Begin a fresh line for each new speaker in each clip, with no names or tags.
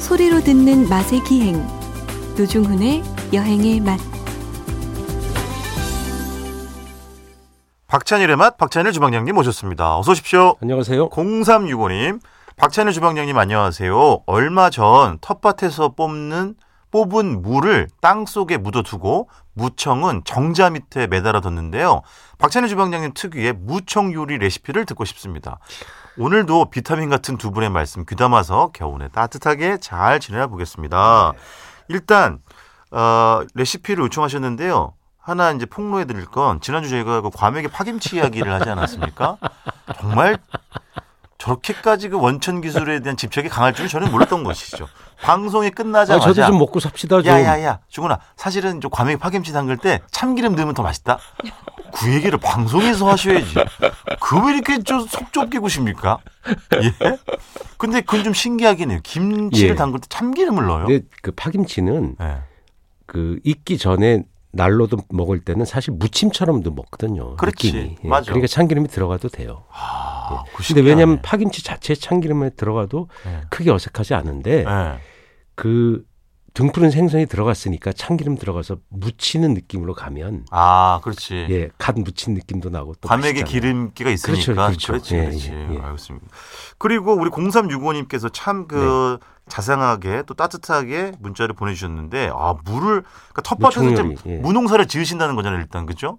소리로 듣는 맛의 기행 노중훈의 여행의 맛
박찬일의 맛, 박찬일 주방장님 모셨습니다. 어서 오십시오.
안녕하세요.
0365님, 박찬일 주방장님 안녕하세요. 얼마 전 텃밭에서 뽑는 뽑은 무를 땅 속에 묻어두고 무청은 정자 밑에 매달아 뒀는데요. 박찬일 주방장님 특유의 무청 요리 레시피를 듣고 싶습니다. 오늘도 비타민 같은 두 분의 말씀 귀담아서 겨우내 따뜻하게 잘 지내나 보겠습니다. 일단 어, 레시피를 요청하셨는데요. 하나 이제 폭로해 드릴 건 지난주 저희가 그 과메기 파김치 이야기를 하지 않았습니까? 정말 저렇게까지 그 원천 기술에 대한 집착이 강할 줄은 저는 몰랐던 것이죠. 방송이
아,
끝나자마자
저도 좀 먹고 삽시다 좀.
야야야 중훈아 사실은 저 과메기 파김치 담글 때 참기름 넣으면 더 맛있다. 그 얘기를 방송에서 하셔야지. 그 왜 이렇게 저속 좁게 구십니까? 예? 근데 그건 좀 신기하긴 해요. 김치를
예.
담글 때 참기름을 넣어요.
근데 그 파김치는
예.
그 익기 전에 날로도 먹을 때는 사실 무침처럼도 먹거든요.
그렇지.
느낌이.
맞아.
그러니까 참기름이 들어가도 돼요.
아, 그
근데
신기하네.
왜냐하면 파김치 자체에 참기름이 들어가도
예.
크게 어색하지 않은데
예.
그 등푸른 생선이 들어갔으니까 참기름 들어가서 무치는 느낌으로 가면
아, 그렇지.
예, 갓 무친 느낌도 나고 또
과메기
맛있잖아요.
기름기가 있으니까
그렇죠, 그렇죠.
그렇지,
예,
그렇지. 아,
예, 예.
알겠습니다. 그리고 우리 0365님께서 참 그
네.
자상하게 또 따뜻하게 문자를 보내주셨는데 아 물을 그러니까 텃밭에서 이제
무청요리, 예.
무농사를 지으신다는 거잖아요 일단 그죠?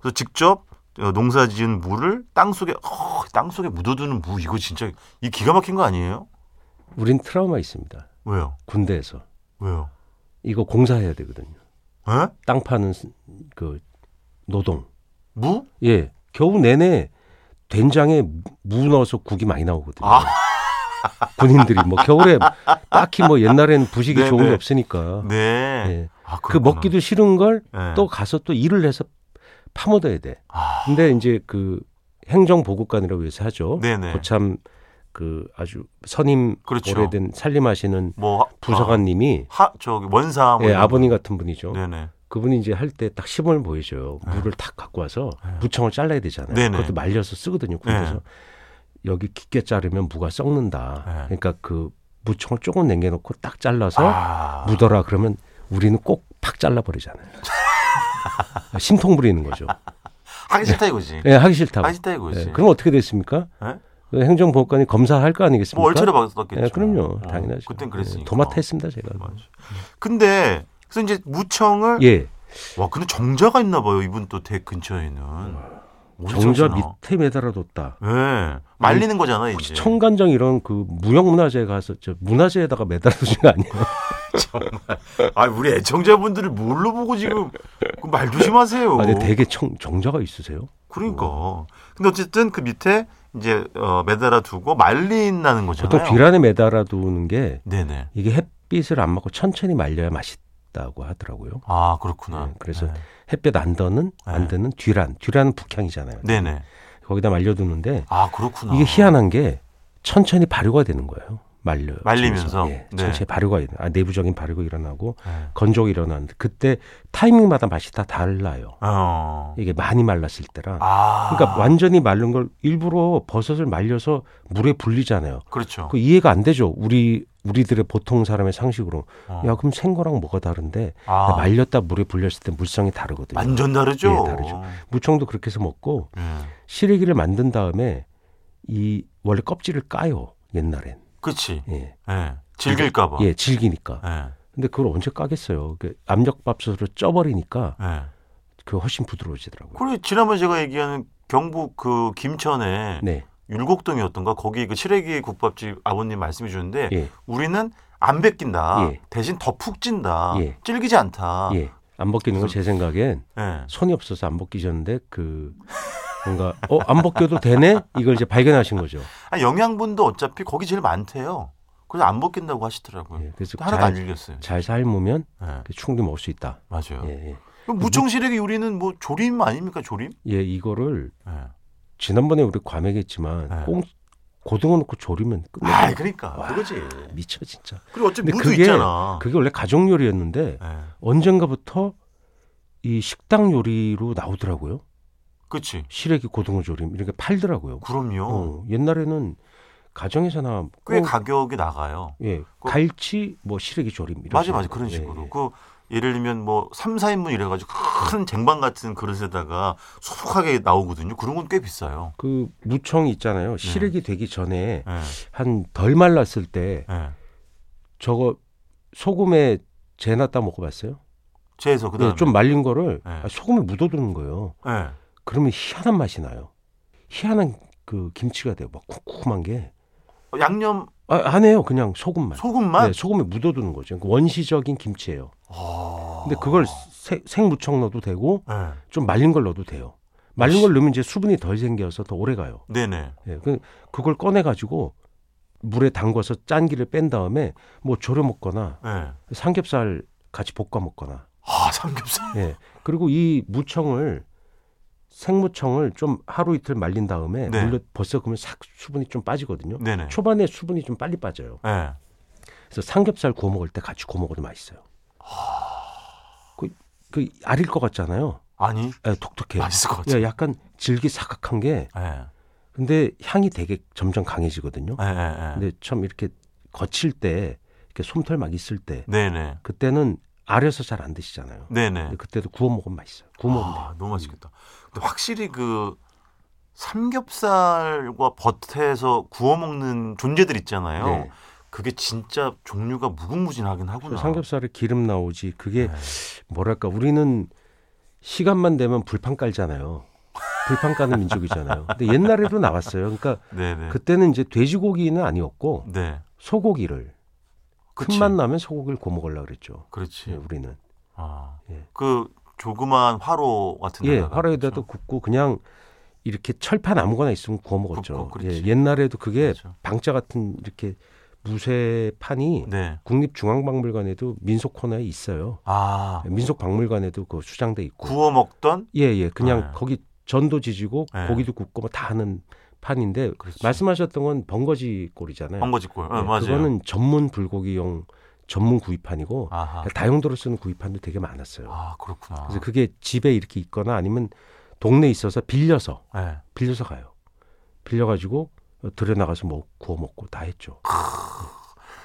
그래서 직접 어, 농사 지은 물을 땅 속에 어, 땅 속에 묻어두는 무 이거 진짜 이 기가 막힌 거 아니에요?
우린 트라우마 있습니다.
왜요?
군대에서
왜요? 예?
이거 공사해야 되거든요.
에?
땅 파는 그 노동.
무?
예. 겨우 내내 된장에 무 넣어서 국이 많이 나오거든요.
아.
군인들이 뭐 겨울에 딱히 뭐 옛날에는 부식이
네네.
좋은 게 없으니까
네.
예.
아,
그
그렇구나.
먹기도 싫은 걸 또
예.
가서 또 일을 해서 파묻어야 돼.
아,
근데 이제 그 행정보급관이라고 해서 하죠.
네네.
고참 그 아주 선임
그렇죠.
오래된 살림하시는
뭐 하-
부사관님이
아, 하 저기 원사 뭐
예,
이런
아버님 같은 분이죠.
거. 네네.
그분이 이제 할 때 딱 시범을 보여줘요.
아.
물을 탁 갖고 와서 무청을 잘라야 되잖아요.
네네.
그것도 말려서 쓰거든요. 군대에서
네.
여기 깊게 자르면 무가 썩는다.
네.
그러니까 그 무청을 조금 남겨놓고 딱 잘라서
아.
묻어라 그러면 우리는 꼭 팍 잘라버리잖아요. 심통 부리는 거죠.
하기 싫다 이거지.
예, 하기 싫다고.
하기 싫다 이거지.
예, 그럼 어떻게 됐습니까?
예?
그 행정보호관이 검사할 거 아니겠습니까?
뭐 얼차려 받았겠죠.
예, 그럼요.
어,
당연하죠.
그땐 그랬으니까. 뭐.
예, 도맡아 했습니다, 제가.
맞아. 근데 그래서 이제 무청을
예.
와 근데 정자가 있나 봐요. 이분 또 댁 근처에는. 어디서
정자
하시나?
밑에 매달아뒀다.
예. 말리는 거잖아, 이제.
예. 청간장 이런 그 무형문화재 가서 저 문화재에다가 매달아두신 거 아니에요?
아, 우리 애청자분들을 뭘로 보고 지금 그말 조심하세요.
아, 근데 되게 청, 정자가 있으세요?
그러니까. 근데 어쨌든 그 밑에 이제 어, 매달아 두고 말린다는
보통
거잖아요.
뒤란에 매달아두는 게
네네.
이게 햇빛을 안 맞고 천천히 말려야 맛있다고 하더라고요.
아 그렇구나.
네, 그래서 햇볕 안 드는 안 드는 뒤란, 뒤란은 북향이잖아요.
네. 네네.
거기다 말려두는데
아 그렇구나.
이게 희한한 게 천천히 발효가 되는 거예요. 말려
말리면서?
예,
네.
천천히 발효가 일어- 아, 내부적인 발효가 일어나고
예.
건조가 일어나는데 그때 타이밍마다 맛이 다 달라요.
어.
이게 많이 말랐을 때랑
아.
그러니까 완전히 마른 걸 일부러 버섯을 말려서 물에 불리잖아요.
그렇죠.
그 이해가 안 되죠. 우리 우리들의 보통 사람의 상식으로
어.
야 그럼 생거랑 뭐가 다른데
아.
네, 말렸다 물에 불렸을 때 물성이 다르거든요.
완전 다르죠.
예, 다르죠. 무청도 그렇게 해서 먹고
예.
시래기를 만든 다음에 이 원래 껍질을 까요 옛날엔
그치.
예,
예. 질길까봐.
예 질기니까
예.
근데 그걸 언제 까겠어요 그 압력밥솥으로 쪄버리니까
예.
그 훨씬 부드러워지더라고요
그리고 지난번 제가 얘기하는 경북 그 김천에
네
율곡동이었던가 거기 그 시래기 국밥집 아버님 말씀해 주는데
예.
우리는 안 뺏긴다.
예.
대신 더 푹 찐다.
예.
질기지 않다.
예. 안 벗기는
그
건 제 생각엔
예.
손이 없어서 안 벗기셨는데 그 뭔가 어 안 벗겨도 되네 이걸 이제 발견하신 거죠.
아, 영양분도 어차피 거기 제일 많대요. 그래서 안 벗긴다고 하시더라고요.
예, 그래서
하나도 안
잘,
질겼어요.
잘 삶으면
예.
그 충분히 먹을 수 있다.
맞아요.
예, 예.
그럼 무청 시래기 요리는 뭐 조림 아닙니까 조림?
예, 이거를
예.
지난번에 우리 과메기했지만
네.
꽁 고등어 넣고 졸이면 끝내.
아 그러니까
와.
그거지.
미쳐 진짜.
그리고 어차피
근데
무도
그게-
있잖아.
그게 원래 가정 요리였는데
예.
언젠가부터 이 식당 요리로 나오더라고요.
그치.
시래기 고등어 어. 조림 이렇게 팔더라고요.
그럼요.
어, 옛날에는 가정에서나
꽤
꼭,
가격이 나가요.
예,
그-
갈치 뭐 시래기 조림 이런
맞아
식으로.
맞아 그런
예,
식으로.
예.
그 예를 들면 뭐 3, 4인분 이래 가지고 큰 쟁반 같은 그릇에다가 소박하게 나오거든요. 그런 건 꽤 비싸요.
그 무청
네.
있잖아요. 시래기 되기 전에
예.
한 덜 말랐을 때
예.
저거 소금에 재나 따 먹어봤어요?
제에서 그다음에
네, 좀 말린 거를
네.
아, 소금에 묻어두는 거예요.
예.
그러면 희한한 맛이 나요. 희한한 그 김치가 돼요. 막 쿰쿰한 게.
어, 양념
아, 안 해요. 그냥 소금만.
소금만
네, 소금에 묻어두는 거죠. 그러니까 원시적인 김치예요.
아.
근데 그걸 세- 생무청 넣어도 되고
예.
좀 말린 걸 넣어도 돼요. 말린 걸 넣으면 이제 수분이 덜 생겨서 더 오래 가요.
네네.
예, 그 그걸 꺼내 가지고 물에 담궈서 짠기를 뺀 다음에 뭐 졸여 먹거나
예.
삼겹살 같이 볶아 먹거나
아, 삼겹살.
예. 그리고 이 무청을 생무청을 좀 하루 이틀 말린 다음에
네.
물려 벌써 그러면 싹 수분이 좀 빠지거든요.
네네.
초반에 수분이 좀 빨리 빠져요.
예.
그래서 삼겹살 구워 먹을 때 같이 구워 먹어도 맛있어요. 그, 그 아릴 것 같잖아요.
아니,
예, 톡톡해요.
맛있을 것 같아.
예, 약간 질기사각한 게
예.
근데 향이 되게 점점 강해지거든요.
예, 예, 예.
근데 참 이렇게 거칠 때 이렇게 솜털 막 있을 때
네네.
그때는 아려서 잘 안 드시잖아요.
네네.
근데 그때도 구워 먹으면 맛있어요. 구워 먹으면 돼요.
아, 너무 맛있겠다. 근데 확실히 그 삼겹살과 버터에서 구워 먹는 존재들 있잖아요.
네.
그게 진짜 종류가 무궁무진하긴 하구나.
그 삼겹살에 기름 나오지 그게
네.
뭐랄까 우리는 시간만 되면 불판 깔잖아요. 불판 까는 민족이잖아요. 근데 옛날에도 나왔어요. 그러니까
네네.
그때는 이제 돼지고기는 아니었고
네.
소고기를
그치.
큰맛 나면 소고기를 구워 먹으려고 그랬죠. 예,
그렇지.
우리는
아.
예.
그 조그만 화로 같은
예
데다가 그렇죠.
화로에다도 굽고 그냥 이렇게 철판 아무거나 있으면 구워 먹었죠.
굽고,
예,
그렇지.
옛날에도 그게
그렇죠.
방자 같은 이렇게 무쇠판이
네.
국립중앙박물관에도 민속 코너에 있어요.
아.
네. 민속박물관에도 그 수장돼 있고
구워 먹던
예, 예. 그냥
네.
거기 전도 지지고
네.
고기도 굽고 뭐다 하는 판인데
그렇지.
말씀하셨던 건 번거지 꼴이잖아요.
헝거지골. 그렇죠. 어,
예,
맞아요.
그거는 전문 불고기용 전문 구이판이고
아하.
다용도로 쓰는 구이판도 되게 많았어요.
아, 그렇구나.
그래서 그게 집에 이렇게 있거나 아니면 동네에 있어서 빌려서
예.
빌려서 가요. 빌려가지고 들여 나가서 뭐 구워 먹고 다 했죠.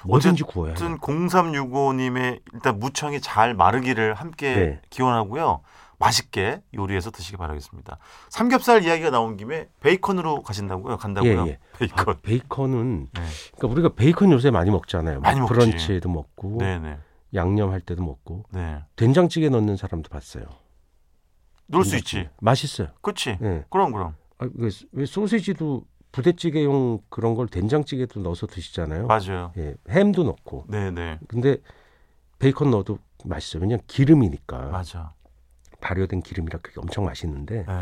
뭐든지 구워야 해요.
아무튼 0365님의 일단 무청이 잘 마르기를 함께
네.
기원하고요. 맛있게 요리해서 드시기 바라겠습니다. 삼겹살 이야기가 나온 김에 베이컨으로 가신다고요? 간다고요?
예, 예.
베이컨.
아, 베이컨은
네.
그러니까 우리가 베이컨 요새 많이 먹잖아요.
많이 먹지.
브런치에도 먹고
네네.
양념할 때도 먹고
네.
된장찌개 넣는 사람도 봤어요.
놀 수 있지.
맛있어요.
그치?
예.
그럼 그럼.
아, 왜, 왜 소시지도 부대찌개용 그런 걸 된장찌개도 넣어서 드시잖아요.
맞아요.
예. 햄도 넣고.
네네.
근데 베이컨 넣어도 맛있어요. 왜냐면 기름이니까
맞아.
발효된 기름이라 그게 엄청 맛있는데
예.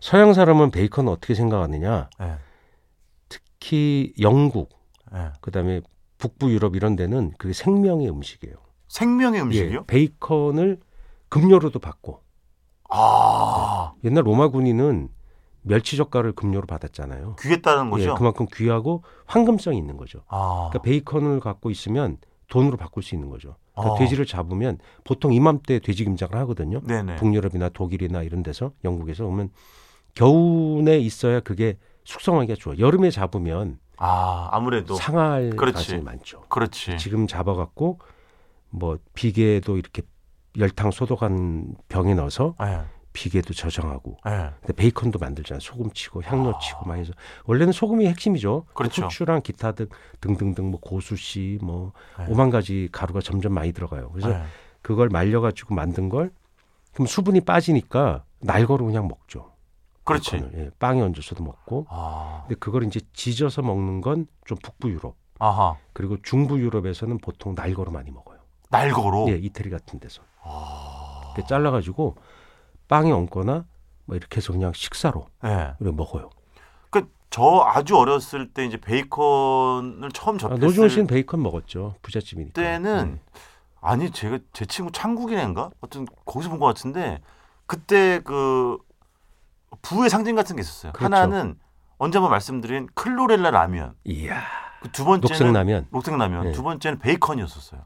서양 사람은 베이컨 어떻게 생각하느냐?
예.
특히 영국,
예.
그다음에 북부 유럽 이런 데는 그게 생명의 음식이에요.
생명의 음식이요?
예, 베이컨을 급료로도 받고
아.
옛날 로마 군인은 멸치 젓갈을 급료로 받았잖아요.
귀에 따른
예,
거죠?
그만큼 귀하고 황금성이 있는 거죠.
아.
그러니까 베이컨을 갖고 있으면 돈으로 바꿀 수 있는 거죠. 그러니까
어.
돼지를 잡으면 보통 이맘때 돼지 김장을 하거든요.
네네.
북유럽이나 독일이나 이런 데서 영국에서 오면 겨울에 있어야 그게 숙성하기가 좋아. 요 여름에 잡으면
아, 아무래도.
상할
그렇지. 예.
가능성이 많죠.
그렇지.
지금 잡아갖고 뭐 비계도 이렇게 열탕 소독한 병에 넣어서
예.
비계도 저장하고
예.
근데 베이컨도 만들잖아요. 소금 치고 향료 치고 막 해서 원래는 소금이 핵심이죠.
그렇죠.
후추랑 기타 등 등등등 뭐 고수씨 뭐
네.
오만 가지 가루가 점점 많이 들어가요. 그래서
예.
그걸 말려가지고 만든 걸 그럼 수분이 빠지니까 날거로 그냥 먹죠.
그렇지.
베이컨을. 예, 빵에 얹어서도 먹고.
아.
근데 그걸 이제 지져서 먹는 건 좀 북부 유럽
아하.
그리고 중부 유럽에서는 보통 날거로 많이 먹어요.
날거로.
예, 이태리 같은 데서. 이렇게 잘라가지고 빵에 얹거나 뭐 이렇게 해서 그냥 식사로
예.
우리가 먹어요.
그 저 아주 어렸을 때 이제 베이컨을 처음
아, 노중훈
접했을
씨는 음. 베이컨 먹었죠. 부잣집이니까.
때는 아니 제가 제 친구 창국이인가 어떤 거기서 본 것 같은데 그때 그 부의 상징 같은 게 있었어요.
그렇죠.
하나는 언제 한번 말씀드린 클로렐라 라면,
네. 이야.
그 두 번째는
녹색라면.
녹색라면,
네.
두 번째는 베이컨이었었어요.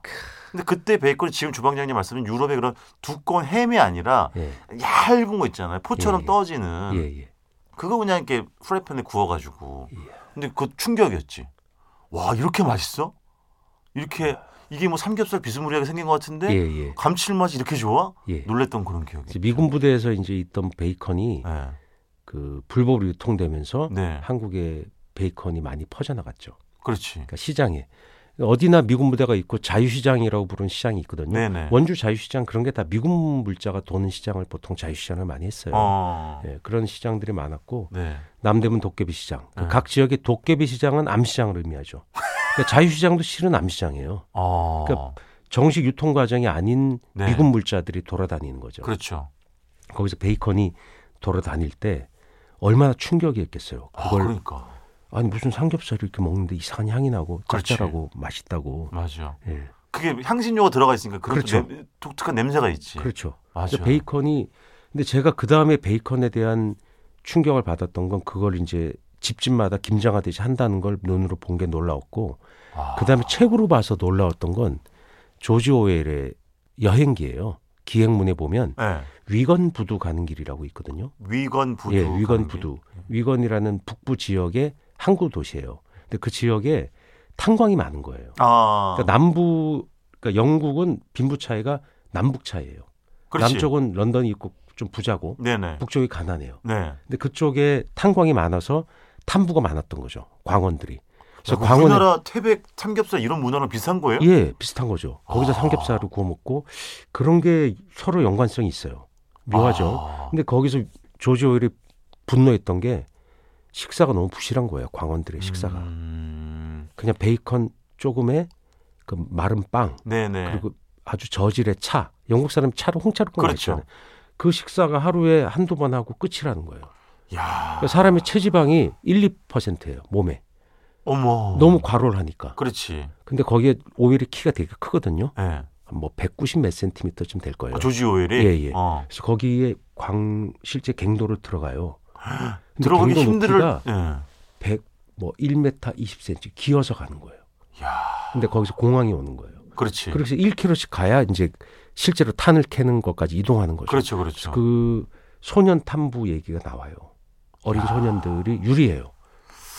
근데 그때 베이컨이 지금 주방장님 말씀은 유럽의 그런 두꺼운 햄이 아니라
예.
얇은 거 있잖아요. 포처럼
예, 예.
떠지는
예, 예.
그거 그냥 이렇게 프라이팬에 구워가지고
이야.
근데 그 충격이었지. 와 이렇게 맛있어? 이렇게 이게 뭐 삼겹살 비스무리하게 생긴 것 같은데
예, 예.
감칠맛이 이렇게 좋아?
예.
놀랬던 그런 기억이.
이제 미군 부대에서 이제 있던 베이컨이
네.
그 불법으로 유통되면서
네.
한국에 베이컨이 많이 퍼져나갔죠.
그렇지.
그러니까 시장에 어디나 미군 부대가 있고 자유시장이라고 부르는 시장이 있거든요.
네네.
원주 자유시장 그런 게 다 미군 물자가 도는 시장을 보통 자유시장을 많이 했어요.
어.
예, 그런 시장들이 많았고
네.
남대문 도깨비 시장. 그
네.
각 지역의 도깨비 시장은 암시장을 의미하죠. 그러니까 자유시장도 실은 암시장이에요.
어.
그러니까 정식 유통 과정이 아닌
네.
미군 물자들이 돌아다니는 거죠.
그렇죠.
거기서 베이컨이 돌아다닐 때 얼마나 충격이었겠어요.
아,
그걸
그러니까.
아니 무슨 삼겹살 이렇게 먹는데 이상한 향이 나고
그렇지.
짭짤하고 맛있다고.
맞아.
예,
그게 향신료가 들어가 있으니까 그런 또
그렇죠.
냄- 독특한 냄새가 있지.
그렇죠.
예. 맞아.
근데 베이컨이 근데 제가 그 다음에 베이컨에 대한 충격을 받았던 건 그걸 이제 집집마다 김장하듯이 한다는 걸 눈으로 본 게 놀라웠고
아,
그 다음에 책으로 봐서 놀라웠던 건 조지 오웰의 여행기예요. 기행문에 보면
네.
위건 부두 가는 길이라고 있거든요.
위건 부두.
예, 위건
가는
부두. 위건이라는 북부 지역의 항구 도시예요. 근데 그 지역에 탄광이 많은 거예요.
게. 아.
그러니까 남부, 그러니까 영국은 빈부 차이가 남북 차이예요.
그렇지.
남쪽은 런던이 있고 좀 부자고
네네.
북쪽이 가난해요.
네.
근데 그쪽에 탄광이 많아서 탐부가 많았던 거죠. 광원들이. 그래서
그럼
광원에
우리나라 태백 삼겹살 이런 문화랑 비슷한 거예요?
예 비슷한 거죠. 거기서
아.
삼겹살을 구워 먹고 그런 게 서로 연관성이 있어요. 묘하죠.
아.
근데 거기서 조지 오일이 분노했던 게 식사가 너무 부실한 거예요. 광원들의 네, 식사가
음,
그냥 베이컨 조금에 그 마른 빵
네네.
그리고 아주 저질의 차. 영국 사람 차로 홍차로 끊어
그렇죠.
있잖아요. 그 식사가 하루에 한두 번 하고 끝이라는 거예요.
야.
그러니까 사람의 체지방이 1, 2%예요. 몸에.
어머.
너무 과로를 하니까.
그렇지.
근데 거기에 오히려 키가 되게 크거든요.
예.
뭐 190 몇 센티미터쯤 될 거예요.
아, 조지 오일이.
예, 예.
어.
그래서 거기에 광 실제 갱도를 들어가요. 근데
아, 들어가기
갱도
힘들어.
높이가
예.
100, 뭐 1m 20cm 기어서 가는 거예요.
야.
근데 거기서 공항이 오는 거예요.
그렇지.
그래서 1km씩 가야 이제 실제로 탄을 캐는 것까지 이동하는 거죠.
그렇죠, 그렇죠.
그 소년 탐부 얘기가 나와요. 어린 소년들이 유리해요.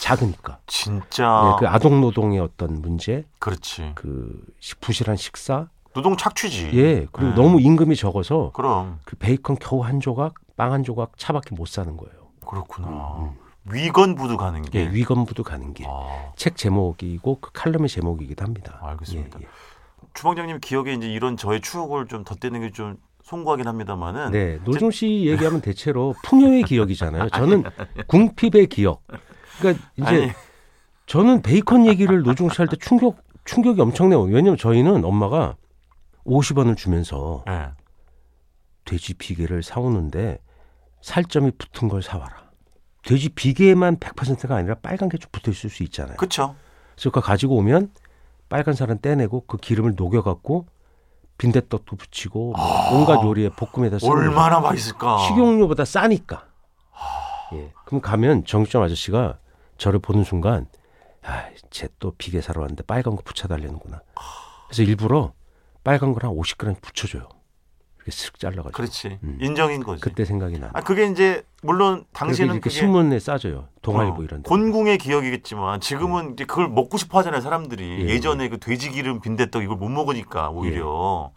작으니까.
진짜
네, 그 아동 노동의 어떤 문제,
그, 렇지
그 식- 부실한 식사,
노동 착취지.
예, 그리고
예.
너무 임금이 적어서
그럼
그 베이컨 겨우 한 조각, 빵 한 조각 차밖에 못 사는 거예요.
그렇구나. 위건 부두 가는
음, 예,
게.
위건부도 가는 길.
아,
책 제목이고 그 칼럼의 제목이기도 합니다.
알겠습니다.
예,
주방장님 기억에 이제 이런 저의 추억을 좀 덧대는 게 좀 송구하긴 합니다만은.
예. 네, 노종 씨 얘기하면 대체로 풍요의 기억이잖아요. 저는 궁핍의 기억. 그러니까 이제
아니,
저는 베이컨 얘기를 노중 씨 할 때 충격 충격이 엄청나요. 왜냐면 저희는 엄마가 50원을 주면서
예.
돼지 비계를 사오는데 살점이 붙은 걸 사와라. 돼지 비계만 100%가 아니라 빨간 게 좀 붙어 있을 수 있잖아요.
그렇죠.
그래서 그거 가지고 오면 빨간 살은 떼내고 그 기름을 녹여 갖고 빈대떡도 붙이고 뭐 온갖 요리에 볶음에다 쓰는 거죠.
아, 얼마나 맛있을까.
식용유보다 싸니까.
아.
예. 그럼 가면 정육점 아저씨가 저를 보는 순간, 아, 쟤또 비계 사러 왔는데 빨간 거 붙여달라는구나.
아.
그래서 일부러 빨간 걸 한 50g 붙여줘요. 이렇게 쓱 잘라가지고.
그렇지.
음.
인정인 거지.
그때 생각이 나.
아 그게 이제 물론 당시에는
이렇게
그게
신문에 싸져요. 동아일보
어,
이런 데. 음.
곤궁의 기억이겠지만 지금은 이제 그걸 먹고 싶어 하잖아요 사람들이
예,
예, 전에그 돼지 기름 빈대떡 이걸 못 먹으니까 오히려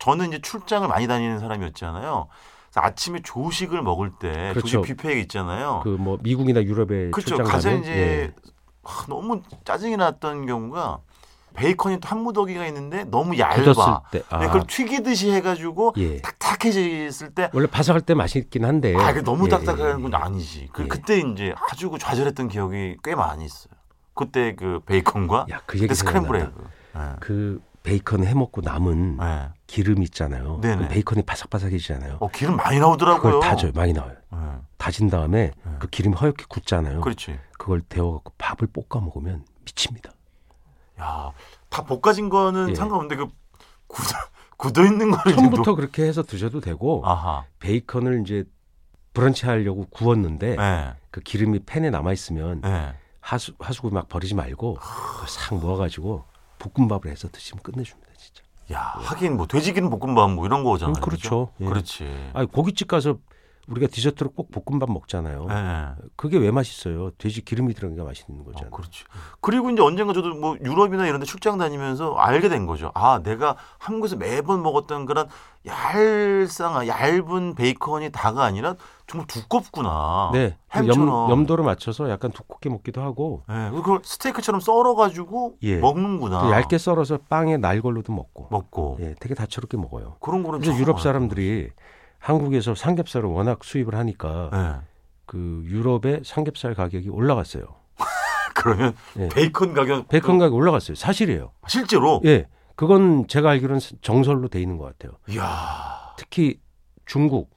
저는 이제 출장을 많이 다니는 사람이었잖아요 그래서 아침에 조식을 먹을 때
그렇죠.
조식 뷔페 있잖아요
그 뭐 미국이나 유럽에
그렇죠
출장
가장
가면 예.
이제 아, 너무 짜증이 났던 경우가 베이컨이 또 한 무더기가 있는데 너무
예,
얇아
굳었을 때. 아,
근데 그걸 튀기듯이 해가지고
예.
딱딱해졌을 때
원래 바삭할 때 맛있긴 한데.
아, 그 너무
예,
딱딱한
예,
건 아니지. 그
예.
그때 이제 아주 그 좌절했던 기억이 꽤 많이 있어요. 그때 그 베이컨과
예. 야, 그
그때
얘기
스크램블
생각나.
에그. 예.
그 베이컨 해 먹고 남은
예.
기름 있잖아요.
네네.
그 베이컨이 바삭바삭해지잖아요.
어, 기름 많이
그걸
나오더라고요.
다져요. 많이 나와요.
예.
다진 다음에
네.
그 기름이 허옇게 굳잖아요.
그렇지.
그걸 데워갖고 밥을 볶아 먹으면 미칩니다.
야, 다 볶아진 거는
예.
상관없는데 그 굳어 굳어 있는 거를 이제
처음부터
녹-
그렇게 해서 드셔도 되고
아하.
베이컨을 이제 브런치 하려고 구웠는데
예.
그 기름이 팬에 남아 있으면
예.
하수 하수구 막 버리지 말고 그거 싹 모아가지고 볶음밥을 해서 드시면 끝내줍니다 진짜.
야, 하긴 뭐 돼지기름 볶음밥 뭐 이런 거잖아요.
음, 그렇죠.
그죠?
예.
그렇지.
아 고깃집 가서 우리가 디저트로 꼭 볶음밥 먹잖아요.
예.
그게 왜 맛있어요? 돼지 기름이 들어간 게 맛있는
어,
거잖아요.
그렇죠. 그리고 이제 언젠가 저도 뭐 유럽이나 이런 데 출장 다니면서 알게 된 거죠. 아, 내가 한국에서 매번 먹었던 그런 얄쌍한, 얇은 베이컨이 다가 아니라 정말 두껍구나.
네, 그
아, 햄처럼.
염, 염도를 맞춰서 약간 두껍게 먹기도 하고
예, 그래서 그걸 스테이크처럼 썰어가지고
예.
먹는구나.
얇게 썰어서 빵에 날 걸로도 먹고
아. 먹고.
예, 되게 다채롭게 먹어요.
그런 거는
그래서
참
유럽
많아요.
사람들이 한국에서 삼겹살을 워낙 수입을 하니까
예.
그 유럽의 삼겹살 가격이 올라갔어요.
그러면
예.
베이컨 가격.
베이컨 가격이 올라갔어요. 사실이에요.
실제로.
예, 그건 제가 알기로는 정설로 돼 있는 것 같아요.
이야.
특히 중국,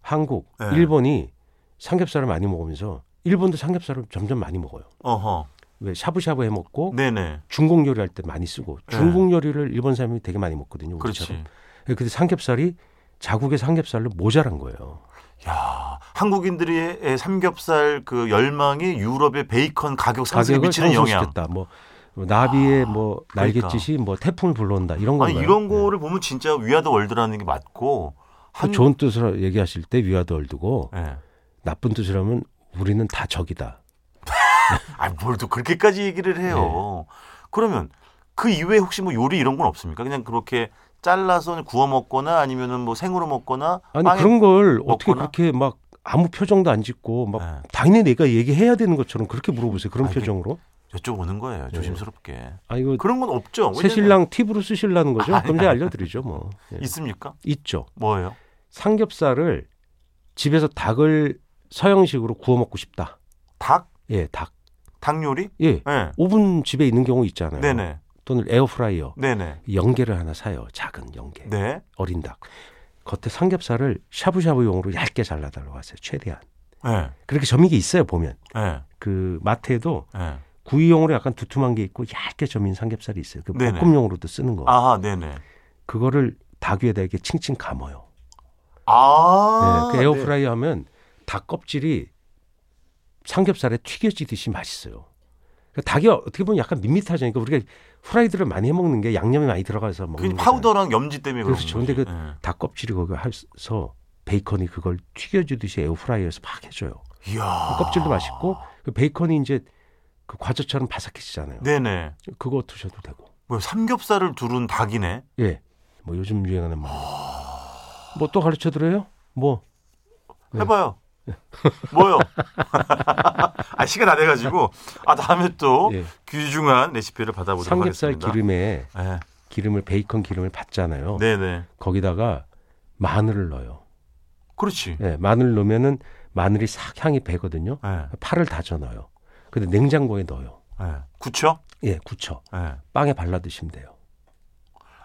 한국,
네.
일본이 삼겹살을 많이 먹으면서 일본도 삼겹살을 점점 많이 먹어요.
어허.
왜 샤브샤브 해 먹고
네네.
중국 요리할 때 많이 쓰고
네.
중국 요리를 일본 사람이 되게 많이 먹거든요. 우리처럼.
그렇지.
예, 근데 삼겹살이 자국의 삼겹살로 모자란 거예요.
야 한국인들의 삼겹살 그 열망이 유럽의 베이컨 가격 상승에
가격을
미치는 영향.
상승시켰다. 뭐 나비의 뭐
그러니까.
날갯짓이 뭐 태풍을 불러온다 이런 거.
아니 이런 거를 보면 진짜 위아더 월드라는 게 맞고 한
그 좋은 뜻으로 얘기하실 때 위아더 월드고
예.
나쁜 뜻으로 하면 우리는 다 적이다.
아니 뭘또 그렇게까지 얘기를 해요.
네.
그러면 그 이외에 혹시 뭐 요리 이런 건 없습니까? 그냥 그렇게 잘라서 구워 먹거나 아니면은 뭐 생으로 먹거나
아니
빵에-
그런 걸 어떻게
먹거나?
그렇게 막 아무 표정도 안 짓고 막
네.
당연히 내가 얘기해야 되는 것처럼 그렇게 물어보세요. 그런
아니, 그-
표정으로.
여쭤보는 거예요. 조심스럽게.
아 이거
그런 건 없죠. 왜냐면
네.
네.
새신랑 팁으로 쓰실라는 거죠? 그럼 제가 알려드리죠. 뭐 예.
있습니까?
있죠.
뭐예요?
삼겹살을 집에서 닭을 서양식으로 구워 먹고 싶다.
닭?
예, 닭.
닭 요리?
예.
예.
오븐 집에 있는 경우 있잖아요.
네네.
또는 에어프라이어.
네네.
연계를 하나 사요. 작은 연계.
네.
어린 닭. 겉에 삼겹살을 샤브샤브용으로 얇게 잘라달라고 하세요. 최대한.
예.
그렇게 점인 게 있어요. 보면.
예.
그 마트에도
예.
구이용으로 약간 두툼한 게 있고 얇게 점인 삼겹살이 있어요. 그
네네.
볶음용으로도 쓰는 거.
아하, 네네.
그거를 닭 위에다 이렇게 칭칭 감아요.
아,
네, 그 에어프라이 어 하면 닭 껍질이 삼겹살에 튀겨지듯이 맛있어요. 그러니까 닭이 어떻게 보면 약간 밋밋하잖아요. 그러니까 우리가 후라이드를 많이 해 먹는 게 양념이 많이 들어가서
그
먹는 거.
파우더랑 염지 때문에 그런
그렇죠.
거지.
근데 그-
예.
닭 껍질이 거기 해서 베이컨이 그걸 튀겨주듯이 에어프라이어에서 막 해줘요.
이야.
그 껍질도 맛있고 그 베이컨이 이제 그 과자처럼 바삭해지잖아요.
네네.
그거 드셔도 되고.
뭐 삼겹살을 두른 닭이네.
예. 뭐 요즘 유행하는 말. 뭐 또 가르쳐 드려요? 뭐 네.
해봐요. 뭐요? 아 시간 다 돼가지고 아 다음에 또
예.
귀중한 레시피를 받아보도록
삼겹살
하겠습니다.
기름에 어.
예.
기름을 베이컨 기름을 받잖아요.
네네.
거기다가 마늘을 넣어요.
그렇지.
예, 마늘 넣으면은 마늘이 싹 향이 배거든요.
예.
파를 다져 넣어요. 근데 냉장고에 넣어요.
예. 굳혀.
예, 굳혀.
예.
빵에 발라 드시면 돼요.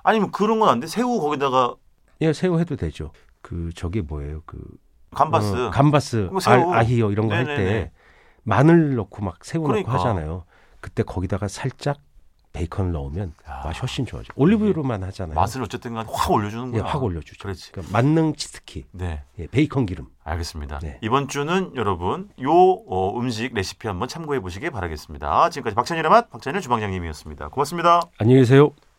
아니면 그런 건 안 돼. 새우 거기다가
예, 새우 해도 되죠. 그 저게 뭐예요? 그
감바스.
어, 감바스,
그거 새우.
알, 아히요 이런 거 할
네네네.
때 마늘 넣고 막 새우
그러니까.
넣고 하잖아요. 그때 거기다가 살짝 베이컨을 넣으면
야.
맛이 훨씬 좋아져. 올리브유로만 하잖아요.
맛을 어쨌든간 확 올려주는
예,
거야.
확 올려주죠.
그렇지.
그러니까 만능 치트키,
네.
예, 베이컨 기름.
알겠습니다.
네.
이번 주는 여러분 요 어, 음식 레시피 한번 참고해 보시기 바라겠습니다. 지금까지 박찬일의 맛 박찬일 주방장님이었습니다. 고맙습니다.
안녕히 계세요.